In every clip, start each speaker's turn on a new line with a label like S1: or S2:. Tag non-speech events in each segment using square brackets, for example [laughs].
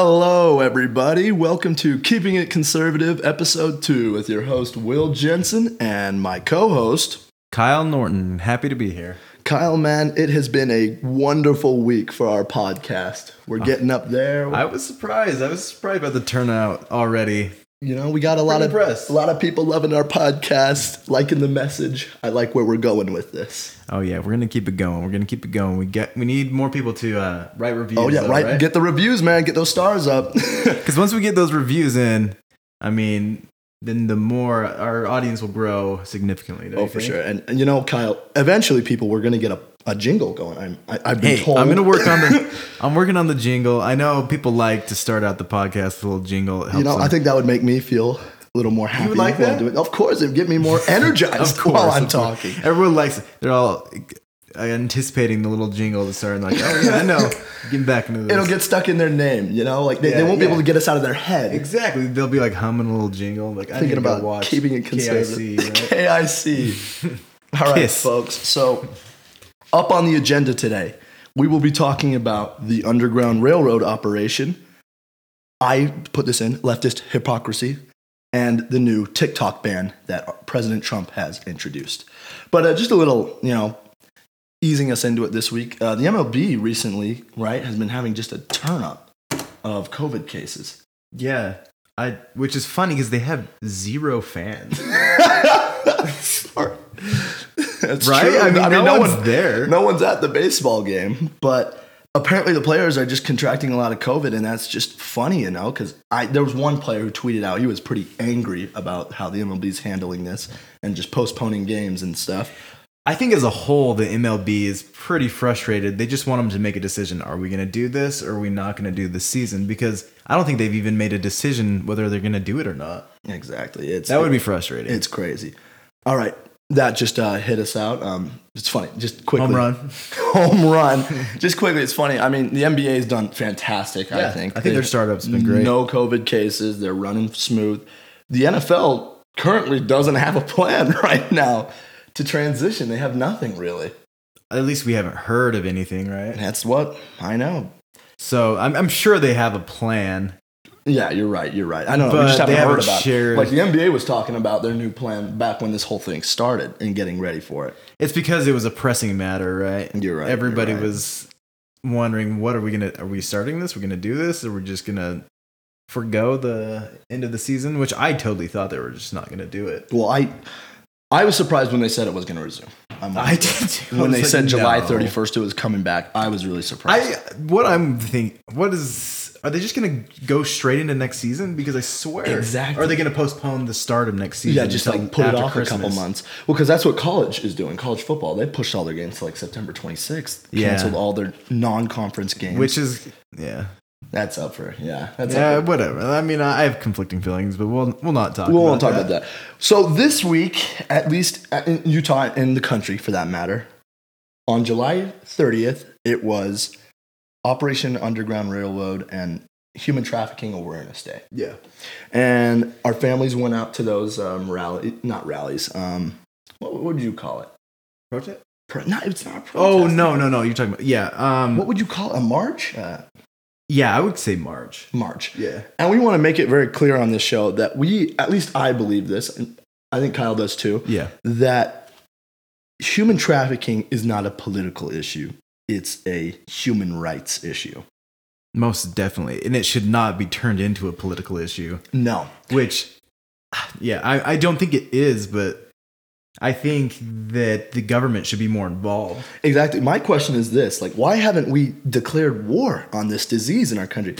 S1: Hello, everybody. Welcome to Keeping It Conservative, Episode 2, with your host, Will Jensen, and my co host,
S2: Kyle Norton, happy to be here.
S1: Kyle. Man, it has been a wonderful week for our podcast. We're getting up there.
S2: Uh, I was surprised. I was surprised by the turnout already.
S1: you know, we got a lot of
S2: impressed.
S1: a lot of people loving our podcast, liking the message. I like where we're going with this.
S2: Oh yeah, we're gonna keep it going. We're gonna keep it going. We get we need more people to uh, write reviews.
S1: Oh yeah, right. Get the reviews, man. Get those stars up. [laughs]
S2: because once we get those reviews in, I mean, then the more our audience will grow significantly. don't
S1: oh,
S2: you
S1: for
S2: think?
S1: sure. And, and you know, Kyle. Eventually, people, we're gonna get a, a jingle going. I'm, I, I've been
S2: Hey,
S1: told.
S2: I'm gonna work
S1: [laughs]
S2: on the. I'm working on the jingle. I know people like to start out the podcast with a little jingle. It helps
S1: You know, I
S2: them.
S1: think that would make me feel a little more happy.
S2: would like
S1: while
S2: that?
S1: doing- Of course, it would get me
S2: [laughs]
S1: more energized
S2: of course,
S1: while I'm
S2: of course.
S1: talking.
S2: Everyone likes it. They're all uh, anticipating the little jingle to start and like, oh yeah,
S1: [laughs]
S2: I know. Getting back into this.
S1: It'll get stuck in their name, you know? Like, they, they
S2: Yeah,
S1: won't be
S2: yeah.
S1: able to get us out of their head.
S2: exactly. They'll be like humming a little jingle. Like I need
S1: Thinking
S2: to go
S1: about
S2: watch
S1: keeping it conservative.
S2: KIC, right?
S1: KIC. [laughs] All right,
S2: Kiss.
S1: folks. So, up on the agenda today, we will be talking about the Underground Railroad operation. I put this in leftist hypocrisy and the new TikTok ban that President Trump has introduced. But uh, just a little, you know, easing us into it this week. Uh, the MLB recently, right, has been having just a turn up of COVID cases.
S2: yeah. I, which is funny because they have
S1: [laughs]
S2: zero fans,
S1: That's
S2: right?
S1: true.
S2: I mean, no, one's
S1: one-
S2: there.
S1: No one's at the baseball game, but apparently the players are just contracting a lot of COVID, and that's just funny, you know. Because I there was one player who tweeted out he was pretty angry about how the MLB's handling this and just postponing games and stuff.
S2: I think as a whole, the MLB is pretty frustrated. They just want them to make a decision. Are we going to do this or are we not going to do this season? Because I don't think they've even made a decision whether they're going to do it or not.
S1: Exactly, it's
S2: That would be frustrating.
S1: it's crazy. All right, that just uh, hit us out. Um, it's funny, just quickly
S2: Home run.
S1: home
S2: [laughs]
S1: run. Just quickly, it's funny. I mean, the NBA has done fantastic. I
S2: Yeah,
S1: think.
S2: I think their
S1: They've-
S2: startup's been great.
S1: No COVID cases. They're running smooth. The NFL currently doesn't have a plan [laughs] right now to transition. They have nothing really.
S2: At least we haven't heard of anything, right?
S1: That's what I know.
S2: So I'm, I'm sure they have a plan.
S1: Yeah, you're right. You're right. I don't know. we
S2: But
S1: just haven't,
S2: they
S1: heard
S2: haven't
S1: about
S2: shared-
S1: it. Like the NBA was talking about their new plan back when this whole thing started and getting ready for it.
S2: It's because it was a pressing matter, right?
S1: You're right, you're
S2: Everybody
S1: right.
S2: was wondering, what are we gonna? Are we starting this? We're gonna do this, or we're just gonna forego the end of the season? Which I totally thought they were just not gonna do it. [laughs]
S1: Well, I I was surprised when they said it was going to resume. I'm like,
S2: I did. too. I
S1: when
S2: was
S1: they
S2: like,
S1: said July
S2: no.
S1: 31st it was coming back, I was really surprised.
S2: I what I'm thinking. What is? Are they just gonna go straight into next season? Because I swear,
S1: Exactly.
S2: Are they gonna postpone the start of next season?
S1: yeah, just
S2: until
S1: like put it
S2: after
S1: off a couple
S2: Christmas?
S1: months. Well, because that's what college is doing. College football, they pushed all their games to like September 26th.
S2: Yeah.
S1: Canceled all their non-conference games.
S2: Which is yeah,
S1: that's up for yeah. That's
S2: yeah,
S1: up for,
S2: whatever. I mean, I I have conflicting feelings, but we'll we'll not talk.
S1: we
S2: about
S1: won't talk
S2: that.
S1: about that. So this week, at least at- in Utah in the country for that matter, on July 30th, it was Operation Underground Railroad and Human Trafficking Awareness Day.
S2: Yeah.
S1: and our families went out to those um, rally, not rallies. Um, what, what would you call it?
S2: Project?
S1: Pro- no, it's not. A protest.
S2: Oh no, no, no! You're talking about yeah, um,
S1: What would you call it? a march? Uh,
S2: yeah. I would say March.
S1: march.
S2: Yeah,
S1: And we want to make it very clear on this show that we, at least I believe this, and I think Kyle does too,
S2: yeah.
S1: that human trafficking is not a political issue. It's a human rights issue.
S2: Most definitely, and it should not be turned into a political issue.
S1: No,
S2: Which, [sighs] yeah, I, I don't think it is, but I think that the government should be more involved.
S1: Exactly. My question is this: like, why haven't we declared war on this disease in our country?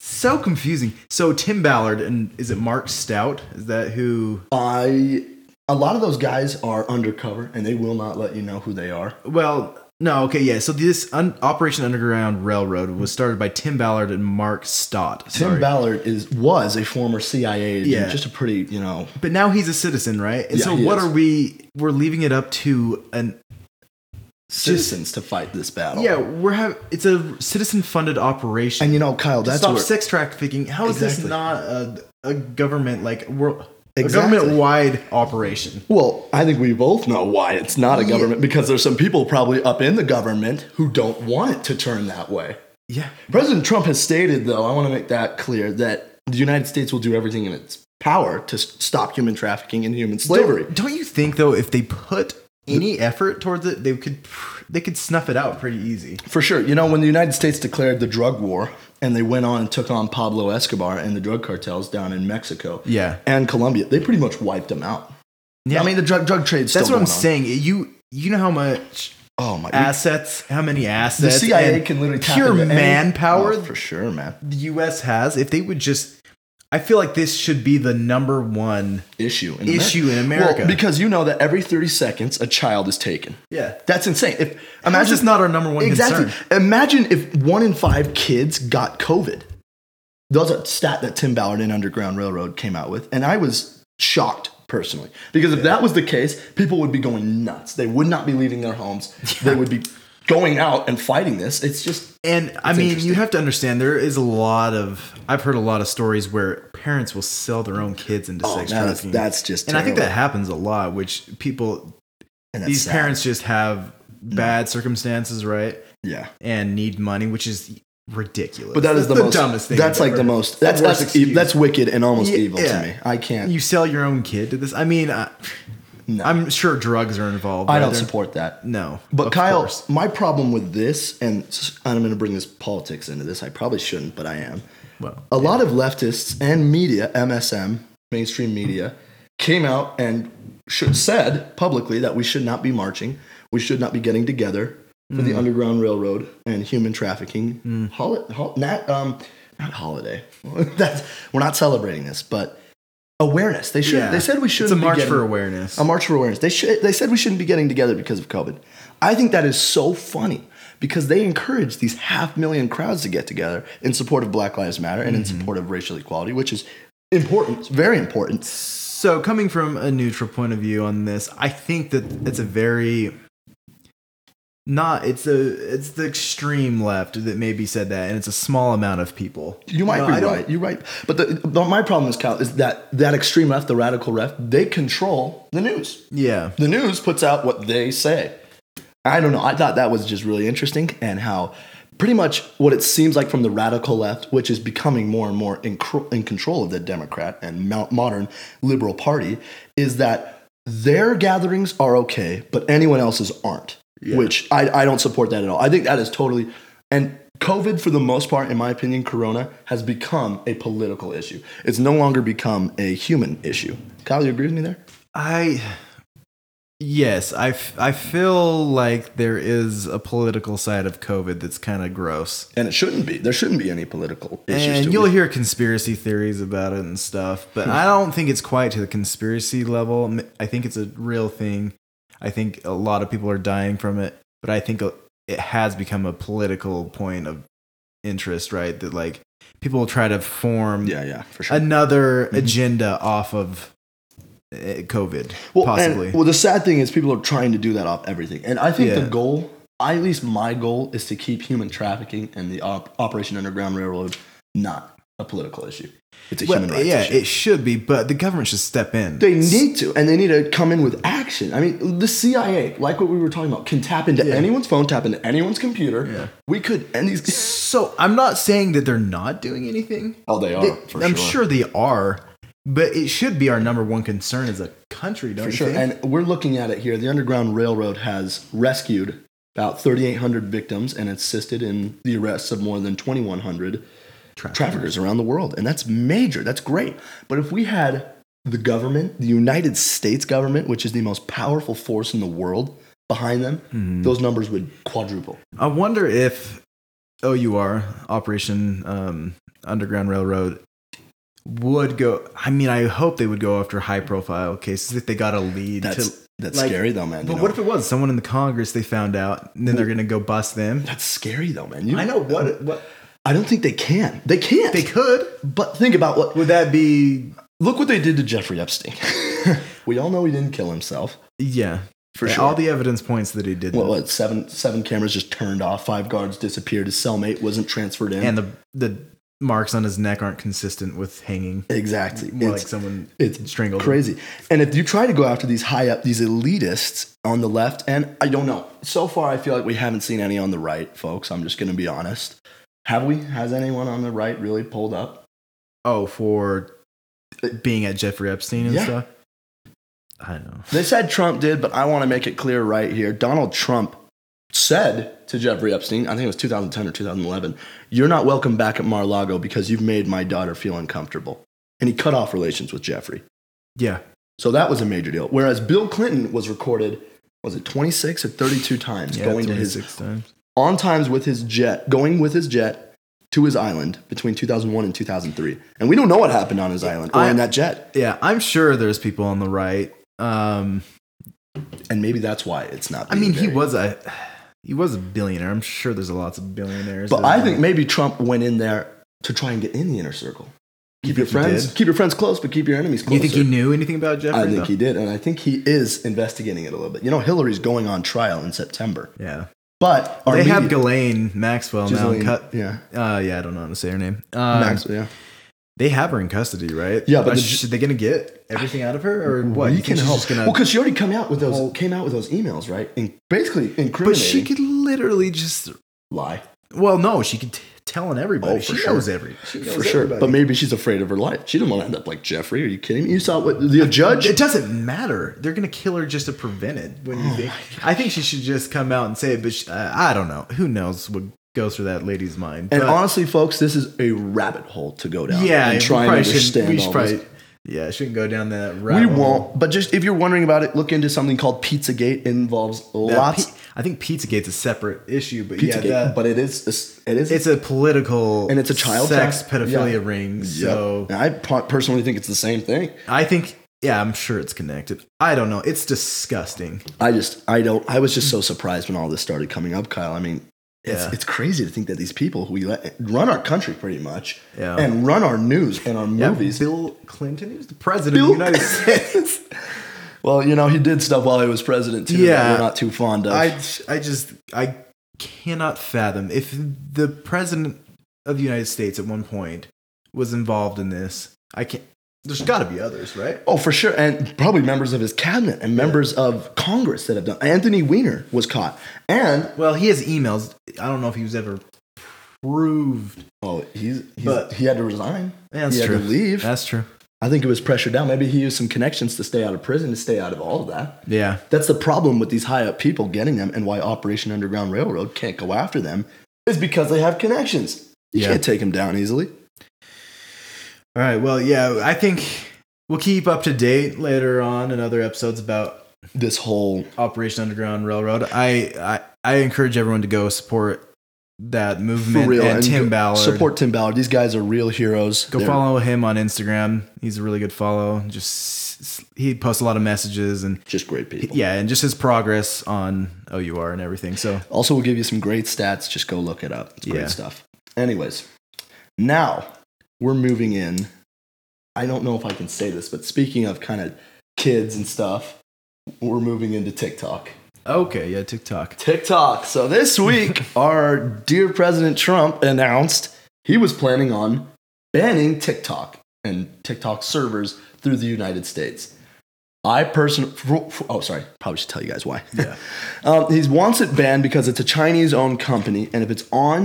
S2: So confusing. So Tim Ballard and is it Mark Stout? Is that who?
S1: I a lot of those guys are undercover and they will not let you know who they are.
S2: Well, no, okay, yeah. So this un- Operation Underground Railroad was started by Tim Ballard and Mark Stott.
S1: Tim
S2: Sorry.
S1: Ballard is was a former CIA agent,
S2: Yeah.
S1: just a pretty, you know,
S2: But now he's a citizen, right? And
S1: Yeah,
S2: so
S1: he
S2: what
S1: is.
S2: are we we're leaving it up to an
S1: citizens to fight this battle.
S2: Yeah, we're have it's a citizen funded operation.
S1: And you know, Kyle,
S2: to
S1: that's
S2: stop
S1: where,
S2: sex trafficking. How is
S1: Exactly.
S2: this not a, a government like world
S1: Exactly.
S2: a government wide operation?
S1: well, I think we both know why it's not a government because there's some people probably up in the government who don't want it to turn that way.
S2: Yeah.
S1: President Trump has stated, though, I want to make that clear, that the United States will do everything in its power to s- stop human trafficking and human slavery.
S2: Don't, don't you think though, if they put any effort towards it, they could pr- they could snuff it out pretty easy.
S1: For sure. You know, when the United States declared the drug war and they went on and took on Pablo Escobar and the drug cartels down in Mexico
S2: Yeah.
S1: and Colombia, they pretty much wiped them out.
S2: Yeah.
S1: I mean, the drug, drug trade's
S2: That's
S1: still
S2: what I'm
S1: going
S2: saying. You you know how much
S1: on. Oh, my
S2: assets, how many
S1: The
S2: assets
S1: CIA
S2: and
S1: can literally tap
S2: pure
S1: into any-
S2: manpower
S1: Oh, for sure, man.
S2: the US has, if they would just I feel like this should be the number one
S1: Issue in
S2: issue in
S1: America.
S2: America.
S1: Well, because you know that every 30 seconds a child is taken.
S2: yeah.
S1: That's insane. If
S2: Imagine
S1: imagine
S2: it's not our number one
S1: exactly.
S2: concern.
S1: Imagine if one in five kids got COVID. That was a stat that Tim Ballard in Underground Railroad came out with, and I was shocked personally because if that was the case, people would be going nuts. They would not be leaving their
S2: [laughs]
S1: homes. They would be going out and fighting this. It's just
S2: And I mean,
S1: interesting.
S2: you have to understand there is a lot of I've heard a lot of stories where parents will sell their own kids into
S1: oh,
S2: sex
S1: that's,
S2: trafficking.
S1: that's just.
S2: and I think that
S1: terrible.
S2: happens a lot, which people
S1: And that's
S2: these
S1: sad. Mm.
S2: parents just have bad circumstances, right?
S1: yeah.
S2: And need money, which is ridiculous.
S1: But that is
S2: That's
S1: the, most
S2: dumbest thing.
S1: That's
S2: I've
S1: like the
S2: ever-
S1: most. That's
S2: worst
S1: that's, e-
S2: excuse.
S1: that's wicked and almost
S2: Yeah,
S1: evil
S2: yeah.
S1: to me. I can't.
S2: you sell your own kid to this. I mean, I,
S1: No.
S2: I'm sure drugs are involved.
S1: I
S2: right?
S1: don't
S2: They're-
S1: support that.
S2: No,
S1: But
S2: of
S1: Kyle,
S2: course.
S1: my problem with this, and s- I'm going to bring this politics into this. I probably shouldn't, but I am.
S2: well,
S1: A lot of leftists and media, MSM, mainstream media, came out and should, said publicly that we should not be marching. We should not be getting together for
S2: Mm.
S1: the Underground Railroad and human trafficking. Holi- hol- not, um, not holiday. [laughs] That's, we're not celebrating this, but awareness. They should.
S2: Yeah.
S1: They said we
S2: it's
S1: shouldn't.
S2: a
S1: be
S2: march
S1: getting-
S2: for awareness.
S1: a march for awareness. They should, they said we shouldn't be getting together because of COVID. I think that is so funny because they encourage these half million crowds to get together in support of Black Lives Matter and
S2: Mm-hmm.
S1: in support of racial equality, which is important, it's very important.
S2: so, coming from a neutral point of view on this, I think that it's a very not it's a it's the extreme left that maybe said that, and it's a small amount of people.
S1: You might
S2: No, I
S1: be
S2: don't-
S1: right. You're right. But the, the, my problem is, Kyle, is that that extreme left, the radical left, they control the news.
S2: Yeah,
S1: the news puts out what they say. I don't know. I thought that was just really interesting and how pretty much what it seems like from the radical left, which is becoming more and more in, cr- in control of the Democrat and mo- modern liberal party, is that their gatherings are okay, but anyone else's aren't, which I, I don't support that at all. I think that is totally. And COVID, for the most part, in my opinion, Corona has become a political issue. It's no longer become a human issue. Kyle, you agree with me there?
S2: I yes, I f- I feel like there is a political side of COVID that's kind of gross.
S1: and it shouldn't be. There shouldn't be any political issues.
S2: and
S1: to
S2: you'll
S1: it.
S2: hear conspiracy theories about it and stuff
S1: [laughs]
S2: but i don't think it's quite to the conspiracy level M- i think it's a real thing i think a lot of people are dying from it but i think uh, it has become a political point of interest right that like people try to form
S1: yeah, Mm-hmm. yeah, for sure.
S2: another agenda off of uh, covid
S1: well, and-
S2: possibly
S1: well, the sad thing is people are trying to do that off everything, and I think
S2: Yeah.
S1: the goal, at least my goal, is to keep human trafficking and the op- Operation Underground Railroad not a political issue. It's a
S2: Well,
S1: human rights
S2: yeah
S1: issue.
S2: it should be but the government should step in
S1: they need to, and they need to come in with action. I mean, the CIA, like what we were talking about, can tap into anyone's phone, tap into anyone's computer.
S2: Yeah.
S1: We could end
S2: [laughs]
S1: these.
S2: so i'm not saying that they're not doing anything
S1: Oh, they are.
S2: They-
S1: for
S2: I'm
S1: sure.
S2: sure. they are, but it should be our number one concern as a country, don't
S1: For
S2: you
S1: sure.
S2: think?
S1: And we're looking at it here. The Underground Railroad has rescued about 3,800 victims and assisted in the arrests of more than 2,100 traffickers around the world. And that's major. That's great. But if we had the government, the United States government, which is the most powerful force in the world, behind them,
S2: Mm-hmm.
S1: those numbers would quadruple.
S2: I wonder if OUR Operation um, Underground Railroad would go. I mean, I hope they would go after high-profile cases if they got a lead.
S1: That's,
S2: to,
S1: that's
S2: like-
S1: scary, though, man. you
S2: but
S1: know?
S2: what if it was someone in the Congress they found out, and then they're going to go bust them?
S1: that's scary, though, man. You,
S2: I know what. What
S1: I don't think they can. They can't.
S2: they could.
S1: but think about what
S2: Would that be?
S1: Look what they did to Jeffrey Epstein. we all know he didn't kill himself.
S2: Yeah,
S1: For
S2: Yeah,
S1: sure.
S2: All the evidence points that he did.
S1: What, what seven seven cameras just turned off, five guards disappeared, his cellmate wasn't transferred in.
S2: and the the marks on his neck aren't consistent with hanging.
S1: exactly.
S2: More
S1: it's
S2: like someone
S1: it's
S2: strangled. him.
S1: crazy. And if you try to go after these high up these elitists on the left, and I don't know. So far I feel like we haven't seen any on the right, folks. I'm just gonna be honest. Have we? Has anyone on the right really pulled up?
S2: Oh, for being at Jeffrey Epstein and
S1: Uh, Yeah.
S2: stuff. I don't know.
S1: They said Trump did, but I want to make it clear right here. Donald Trump said to Jeffrey Epstein, I think it was 2010 or 2011, you're not welcome back at Mar-a-Lago because you've made my daughter feel uncomfortable. And he cut off relations with Jeffrey.
S2: Yeah,
S1: So that was a major deal. Whereas Bill Clinton was recorded, was it 26 or 32 times
S2: yeah
S1: going to his
S2: 26 times.
S1: on times with his jet, going with his jet to his island between 2001 and 2003. And we don't know what happened on his island or
S2: I-
S1: in that jet.
S2: Yeah, I'm sure there's people on the right. Um,
S1: And maybe that's why it's not.
S2: I
S1: being
S2: mean, he
S1: buried.
S2: was a he was a billionaire. I'm sure there's lots of billionaires.
S1: But
S2: that
S1: I
S2: are-
S1: think maybe Trump went in there to try and get in the inner circle. Keep your
S2: think he
S1: friends,
S2: did?
S1: keep your friends close, but keep your enemies
S2: Do
S1: closer.
S2: you think he knew anything about Jeffrey?
S1: I think
S2: though?
S1: he did, and I think he is investigating it a little bit. You know, Hillary's going on trial in September,
S2: Yeah,
S1: but our
S2: they
S1: media,
S2: have Ghislaine Maxwell
S1: Ghislaine-
S2: now. Cut.
S1: yeah,
S2: Uh, yeah, I don't know how to say her name. Um,
S1: Max, yeah.
S2: They have her in custody, right?
S1: Yeah, but
S2: Are
S1: the-
S2: sh- are they gonna get everything out of her or what?
S1: We
S2: You
S1: can
S2: think she's
S1: help.
S2: just gonna-
S1: well, because she already came out with those
S2: Well-
S1: came out with those emails, right? And basically incriminating.
S2: but she could literally just.
S1: lie
S2: Well, no, she could t- tell on everybody.
S1: Oh, for
S2: she
S1: sure.
S2: knows every. She knows
S1: for sure.
S2: everybody.
S1: But maybe she's afraid of her life. She didn't want to end up like Jeffrey. Are you kidding me? You saw what the judge?
S2: It doesn't matter. They're gonna kill her just to prevent it. When you think, I think she should just come out and say it. But she, uh, I don't know. Who knows what goes through that lady's mind?
S1: And
S2: But-
S1: honestly, folks, this is a rabbit hole to go down.
S2: yeah,
S1: and
S2: we
S1: try and
S2: probably shouldn't-
S1: understand
S2: we
S1: all
S2: should
S1: this.
S2: probably, yeah, shouldn't go down that route.
S1: We won't. But just if you're wondering about it, look into something called Pizzagate. It involves lots
S2: Lots. I think PizzaGate's a separate issue, but
S1: Pizzagate,
S2: yeah, that,
S1: but it is it is
S2: it's a political
S1: And it's a child
S2: sex
S1: tax-
S2: pedophilia
S1: yeah.
S2: ring.
S1: Yep.
S2: So
S1: And I po- personally think it's the same thing.
S2: I think, yeah, I'm sure it's connected. I don't know. It's disgusting.
S1: I just I don't I was just so surprised when all this started coming up, Kyle. I mean, it's
S2: Yeah.
S1: it's crazy to think that these people who we let run our country pretty much
S2: Yeah.
S1: and run our news and our
S2: Yeah,
S1: movies.
S2: Bill Clinton, he was the president
S1: Bill-
S2: of the United States.
S1: [laughs] well, you know, he did stuff while he was president too.
S2: Yeah.
S1: that we're not too fond of.
S2: I, I just, I cannot fathom if the president of the United States at one point was involved in this. I can't. There's got to be others, right?
S1: Oh, for sure. And probably members of his cabinet and members of Congress that have done. Anthony Weiner was caught. And
S2: Well, he has emails. I don't know if he was ever proved.
S1: oh, he's, he's
S2: But-
S1: he had to resign.
S2: Yeah, that's
S1: he
S2: true.
S1: had to leave.
S2: That's true.
S1: I think it was pressured down. Maybe he used some connections to stay out of prison, to stay out of all of that.
S2: Yeah.
S1: That's the problem with these high up people getting them and why Operation Underground Railroad can't go after them is because they have connections. You
S2: Yeah.
S1: can't take them down easily.
S2: All right. Well, yeah. I think we'll keep up to date later on in other episodes about
S1: This whole
S2: Operation Underground Railroad. I I, I encourage everyone to go support that movement
S1: for real
S2: and, Tim
S1: go-
S2: Ballard.
S1: Support Tim Ballard. These guys are real heroes.
S2: Go
S1: They're-
S2: follow him on Instagram. He's a really good follow. Just s- he posts a lot of messages and
S1: Just great people.
S2: yeah, and just his progress on OUR and everything. So
S1: Also, we'll give you some great stats. Just go look it up. It's great
S2: Yeah.
S1: stuff. Anyways, now we're moving in. I don't know if I can say this, but speaking of kind of kids and stuff, we're moving into TikTok.
S2: okay, yeah, TikTok.
S1: TikTok. So this week, our dear President Trump announced he was planning on banning TikTok and TikTok servers through the United States. I personally, oh, sorry, probably should tell you guys why.
S2: Yeah.
S1: Um, he wants it banned because it's a Chinese owned company, and if it's on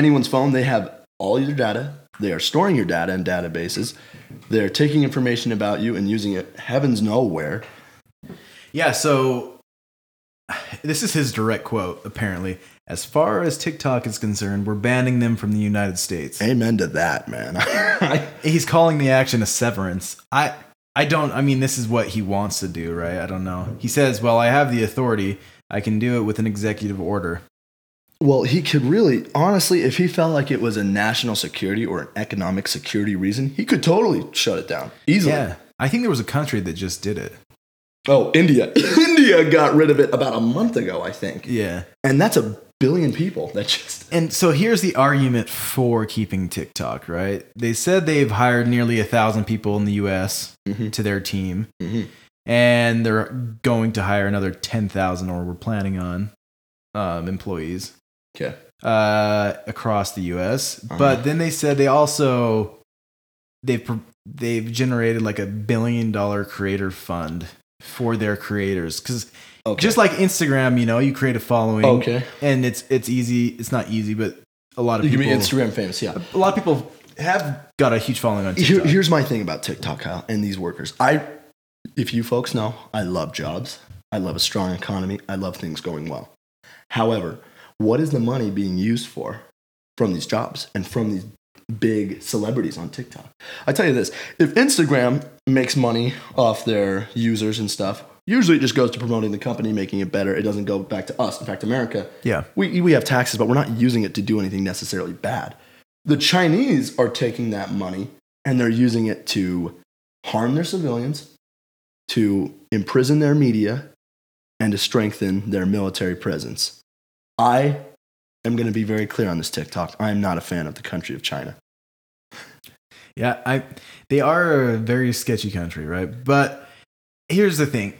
S1: anyone's phone, they have all your data. They are storing your data in databases. They're taking information about you and using it heavens nowhere.
S2: Yeah, so [sighs] this is his direct quote, apparently. As far as TikTok is concerned, we're banning them from the United States.
S1: Amen to that, man. [laughs]
S2: He's calling the action a severance. I I don't I mean this is what he wants to do, right? I don't know. He says, "Well, I have the authority. I can do it with an executive order."
S1: well, he could really, honestly, if he felt like it was a national security or an economic security reason, he could totally shut it down easily.
S2: Yeah. I think there was a country that just did it.
S1: Oh, India. [laughs] India got rid of it about a month ago, I think.
S2: Yeah.
S1: And that's a billion people that just
S2: And so here's the argument for keeping TikTok, right? They said they've hired nearly a thousand people in the US
S1: Mhm.
S2: to their team,
S1: Mhm.
S2: and they're going to hire another 10,000 or we're planning on um, employees
S1: Okay.
S2: uh, across the US.
S1: Uh-huh.
S2: But then they said they also they've pro- they've generated like a billion dollar creator fund for their creators because
S1: Okay.
S2: just like Instagram, you know, you create a following
S1: okay.
S2: and it's it's easy it's not easy but a lot of
S1: You can
S2: people.
S1: be Instagram famous, yeah.
S2: A lot of people have got a huge [laughs] following on
S1: Here,
S2: TikTok.
S1: here's my thing about TikTok, Kyle, and these workers. I, if you folks know, I love jobs. I love a strong economy. I love things going well. However, what is the money being used for from these jobs and from these big celebrities on TikTok? I tell you this: if Instagram makes money off their users and stuff, usually it just goes to promoting the company, making it better. It doesn't go back to us. In fact, America,
S2: yeah,
S1: we, we have taxes, but we're not using it to do anything necessarily bad. The Chinese are taking that money and they're using it to harm their civilians, to imprison their media, and to strengthen their military presence. I am going to be very clear on this TikTok. I am not a fan of the country of China.
S2: yeah. I they are a very sketchy country, right? But here's the thing: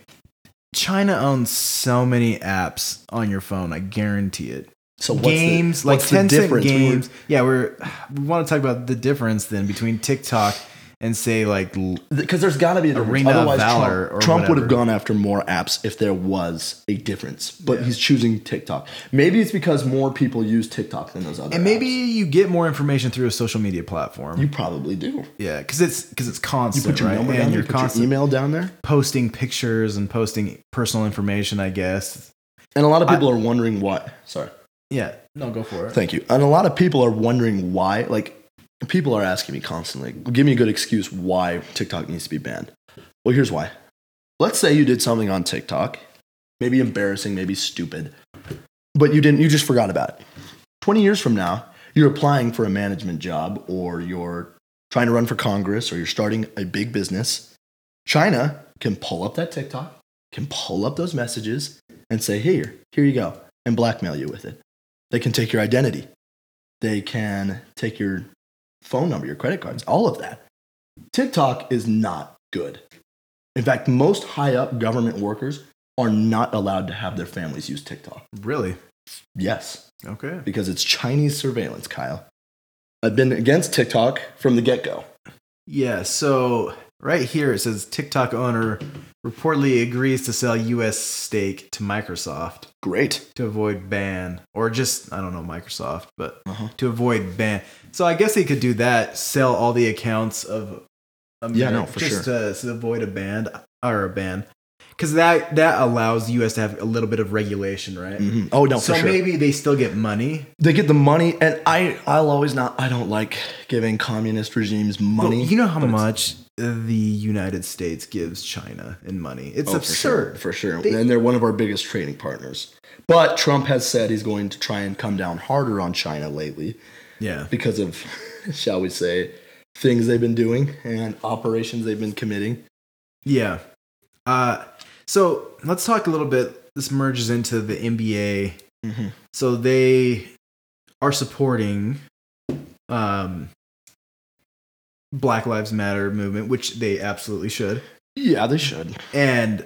S2: China owns so many apps on your phone. I guarantee it.
S1: So what's
S2: games
S1: the,
S2: like
S1: what's the
S2: 10 cent
S1: difference? We were-
S2: games. yeah, we're we want to talk about the difference then between TikTok and say like l-
S1: because there's got to be a difference.
S2: Arena of
S1: Otherwise,
S2: Valor
S1: Trump,
S2: or
S1: Trump would have
S2: whatever.
S1: gone after more apps if there was a difference. But
S2: Yeah.
S1: he's choosing TikTok. Maybe it's because more people use TikTok than those other.
S2: and maybe
S1: apps.
S2: you get more information through a social media platform.
S1: you probably do.
S2: yeah, because it's because it's
S1: You
S2: constant,
S1: put your
S2: right?
S1: number down
S2: and
S1: there,
S2: you're
S1: you put your
S2: constantly
S1: email down there,
S2: posting pictures and posting personal information. I guess.
S1: and a lot of people are wondering why. Sorry,
S2: Yeah. No, go for it.
S1: thank you. And a lot of people are wondering why. Like people are asking me constantly, give me a good excuse why TikTok needs to be banned. Well, here's why. Let's say you did something on TikTok, maybe embarrassing, maybe stupid, but you didn't, you just forgot about it. 20 years from now, you're applying for a management job or you're trying to run for Congress or you're starting a big business. China can pull up that TikTok, can pull up those messages and say, here, here you go, and blackmail you with it. They can take your identity. They can take your phone number, your credit cards, all of that. TikTok is not good. In fact, most high up government workers are not allowed to have their families use TikTok.
S2: Really?
S1: Yes,
S2: Okay.
S1: because it's Chinese surveillance, Kyle. I've been against TikTok from the get go.
S2: Yeah. So right here it says TikTok owner reportedly agrees to sell U.S. stake to Microsoft.
S1: Great.
S2: to avoid ban or just I don't know Microsoft, but
S1: Uh-huh.
S2: to avoid ban. So I guess they could do that, sell all the accounts of America,
S1: Yeah, no, for
S2: just
S1: sure.
S2: to, to avoid a ban or a ban. Cuz that that allows US to have a little bit of regulation, right?
S1: Mhm. Oh, no,
S2: so
S1: for sure.
S2: maybe they still get money.
S1: they get the money, and I, I'll always not, I don't like giving communist regimes money.
S2: Well, you know how
S1: but it's-
S2: much the United States gives China in money. It's
S1: Oh,
S2: absurd.
S1: For sure. For sure.
S2: They-
S1: and they're one of our biggest trading partners. But Trump has said he's going to try and come down harder on China lately
S2: Yeah.
S1: because of, [laughs] shall we say, things they've been doing and operations they've been committing.
S2: Yeah. Uh so let's talk a little bit this merges into the NBA
S1: Mm-hmm.
S2: so they are supporting um black lives matter movement which they absolutely should
S1: Yeah, they should.
S2: and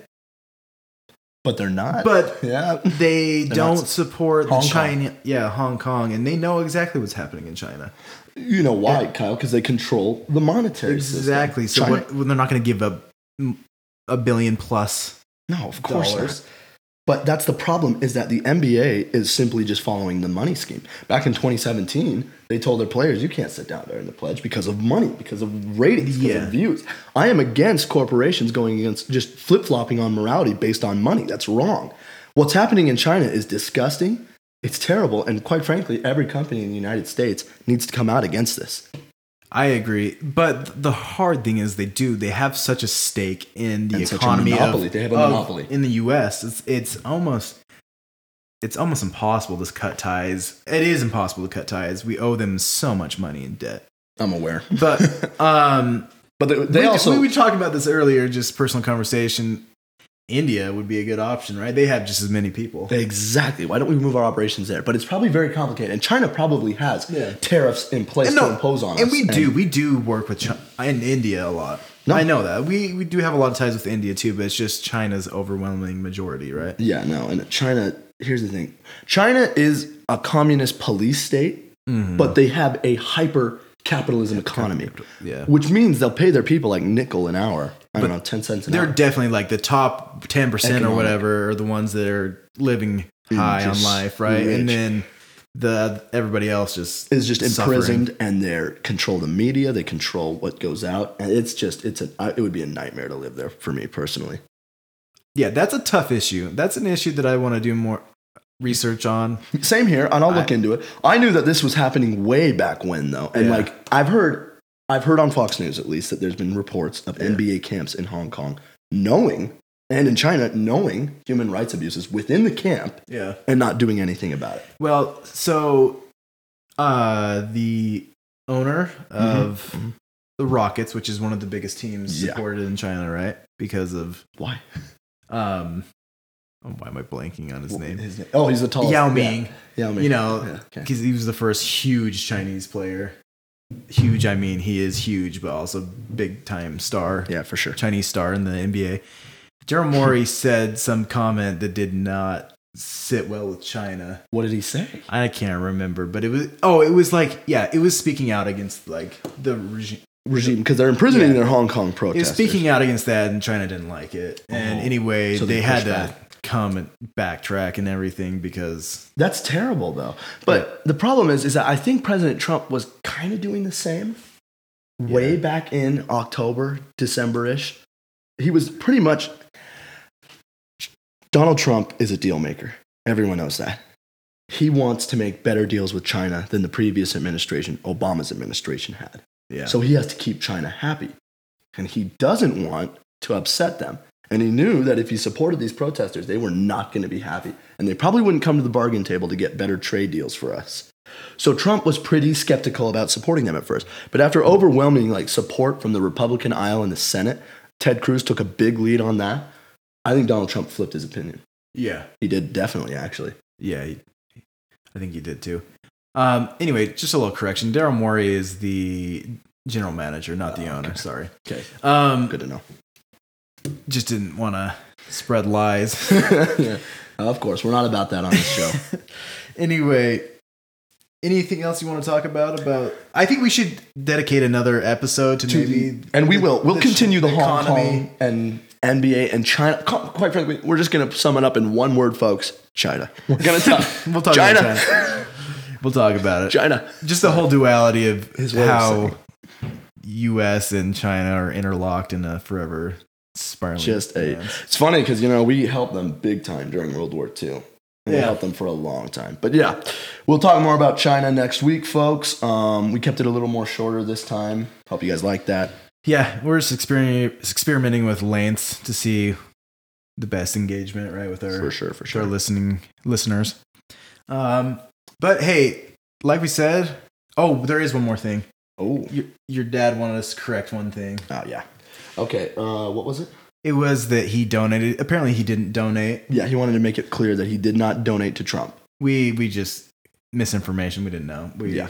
S1: But they're not.
S2: But-
S1: yeah.
S2: they
S1: They're
S2: don't
S1: not-
S2: support
S1: Hong
S2: the
S1: Kong.
S2: china yeah hong kong and they know exactly what's happening in china
S1: You know why, Kyle? Because they control the monetary system.
S2: exactly so
S1: China-
S2: what, well, they're not going to give up mm, a billion plus
S1: No, of course
S2: dollars.
S1: not. But that's the problem is that the NBA is simply just following the money scheme. Back in 2017, they told their players, you can't sit down there in the pledge because of money, because of ratings, because
S2: Yeah.
S1: of views. I am against corporations going against just flip flopping on morality based on money. That's wrong. What's happening in China is disgusting. It's terrible. And quite frankly, every company in the United States needs to come out against this.
S2: I agree, but the hard thing is they do. They have such a stake in the
S1: And such a
S2: economy. of-
S1: monopoly. They have a
S2: of-
S1: monopoly.
S2: in the U.S. It's it's almost it's almost impossible to cut ties. It is impossible to cut ties. We owe them so much money in debt.
S1: I'm aware. [laughs]
S2: But um,
S1: But they, they
S2: we,
S1: also.
S2: we, we talked about this earlier, just personal conversation. India would be a good option, right? They have just as many people.
S1: Exactly. Why don't we move our operations there? But it's probably very complicated, and China probably has
S2: Yeah.
S1: tariffs in place
S2: And
S1: to impose on us.
S2: and we do we do work with China and India a lot.
S1: No.
S2: I know that we we do have a lot of ties with India too, but it's just China's overwhelming majority, right?
S1: Yeah, no. And China. Here's the thing: China is a communist police state,
S2: Mm-hmm.
S1: but they have a hyper capitalism economy,
S2: Yeah,
S1: which means they'll pay their people like nickel an hour. I don't know, ten cents an
S2: they're
S1: hour.
S2: definitely like the top ten percent or
S1: Economic.
S2: whatever are the ones that are living high on
S1: just
S2: life, right?
S1: rich.
S2: And then the everybody else just
S1: is just
S2: suffering.
S1: imprisoned and they're control the media they control what goes out and it's just it's a it would be a nightmare to live there for me personally
S2: Yeah, that's a tough issue. That's an issue that I want to do more research on.
S1: same here and i'll look into it i knew that this was happening way back when though and
S2: Yeah.
S1: like i've heard i've heard on fox news at least that there's been reports of nba camps in hong kong knowing and in china knowing human rights abuses within the camp
S2: Yeah.
S1: and not doing anything about it
S2: Well, so uh the owner of
S1: Mhm.
S2: the Rockets, which is one of the biggest teams
S1: Yeah.
S2: supported in China, right? Because of
S1: why
S2: um oh, why am I blanking on his name?
S1: oh he's the tallest
S2: Yao
S1: yeah.
S2: Ming,
S1: yao ming
S2: you know,
S1: Yeah, okay.
S2: because he was the first huge Chinese player. Huge, I mean, he is huge, but also big time star.
S1: yeah for sure
S2: Chinese star in the NBA. Daryl
S1: [laughs]
S2: Morey said some comment that did not sit well with China.
S1: what did he say
S2: I can't remember, but it was oh, it was like yeah, it was speaking out against like the regime.
S1: regime because they're imprisoning
S2: Yeah.
S1: their hong kong
S2: It was
S1: protesters
S2: speaking out against that, and China didn't like it. And
S1: Oh.
S2: anyway,
S1: So they
S2: they, had
S1: pushed
S2: to
S1: back.
S2: come and backtrack and everything because
S1: That's terrible, though. But the problem is, is that I think President Trump was kind of doing the same way back in October, December ish. He was pretty much. Donald Trump is a deal maker. Everyone knows that. He wants to make better deals with China than the previous administration, Obama's administration, had.
S2: yeah,
S1: So he has to keep China happy. And he doesn't want to upset them. And he knew that if he supported these protesters, they were not going to be happy. And they probably wouldn't come to the bargain table to get better trade deals for us. So Trump was pretty skeptical about supporting them at first. But after overwhelming like support from the Republican aisle in the Senate, Ted Cruz took a big lead on that. I think Donald Trump flipped his opinion.
S2: yeah,
S1: He did definitely actually.
S2: yeah. he- I think you did too. Um, anyway, just a little correction. Daryl Morey is the general manager, not the
S1: Oh,
S2: owner.
S1: okay.
S2: Sorry.
S1: Okay.
S2: Um,
S1: Good to know. [laughs]
S2: just didn't want to spread lies. [laughs]
S1: Yeah. Of course, we're not about that on this show.
S2: anyway, anything else you want to talk about? About I think we should dedicate another episode to,
S1: to
S2: maybe,
S1: the- and we
S2: the-
S1: will we'll
S2: the
S1: continue the Hong
S2: economy.
S1: Kong and NBA and China. Co- Quite frankly, we're just going to sum it up in one word, folks. China. We're [laughs] going to talk.
S2: We'll talk
S1: China.
S2: about [laughs] China. We'll talk about it.
S1: China.
S2: Just the whole duality of
S1: His way of
S2: how
S1: saying.
S2: U.S. and China are interlocked in a forever spiraling.
S1: Just a.
S2: dance.
S1: It's funny because you know we helped them big time during World War II. And We
S2: Yeah.
S1: helped them for a long time. But yeah, we'll talk more about China next week, folks. Um, we kept it a little more shorter this time. Hope you guys like that.
S2: Yeah, we're just exper- experimenting with lengths to see the best engagement, right, with our
S1: For sure, for
S2: to our
S1: sure.
S2: listening listeners. Um, but hey, like we said, oh, there is one more thing.
S1: Oh,
S2: Your, your dad wanted us to correct one thing.
S1: oh yeah. Okay, uh, what was it?
S2: It was that he donated. Apparently, he didn't donate.
S1: Yeah, he wanted to make it clear that he did not donate to Trump.
S2: We we just misinformation. We didn't know. We,
S1: Yeah.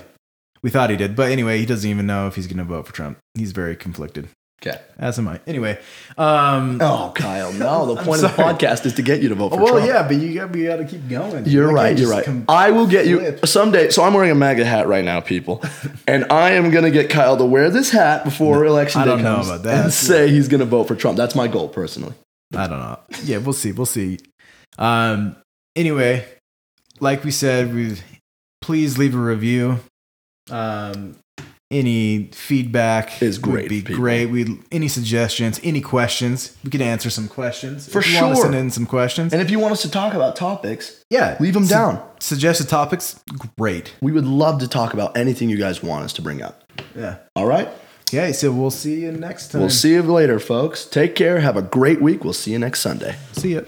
S2: we thought he did, but anyway, he doesn't even know if he's going to vote for Trump. He's very conflicted.
S1: Okay.
S2: As am I. Anyway, um,
S1: Oh, Kyle, no. The
S2: I'm
S1: point of the
S2: sorry.
S1: podcast is to get you to vote for
S2: well,
S1: Trump.
S2: yeah, but you got you got to keep going.
S1: You're
S2: I
S1: right.
S2: can't
S1: You're
S2: just
S1: right.
S2: com-
S1: I will get you
S2: flip.
S1: someday. So I'm wearing a MAGA hat right now,
S2: [laughs]
S1: people, and I am gonna get Kyle to wear this hat before election
S2: I
S1: day
S2: don't know
S1: comes
S2: about that.
S1: and say he's gonna vote for Trump. That's my goal personally.
S2: I don't know. Yeah, we'll see. We'll see. Um. Anyway, like we said, we please leave a review. Um. Any feedback
S1: Is
S2: Would
S1: great,
S2: be
S1: people.
S2: great. We any suggestions, any questions, we could answer some questions.
S1: For
S2: If you want to
S1: sure.
S2: send in some questions.
S1: And if you want us to talk about topics,
S2: yeah,
S1: leave them
S2: su-
S1: down.
S2: Suggested topics, great.
S1: We would love to talk about anything you guys want us to bring up.
S2: Yeah.
S1: All right.
S2: Okay, so we'll see you next time.
S1: We'll see you later, folks. Take care. Have a great week. We'll see you next Sunday.
S2: See you.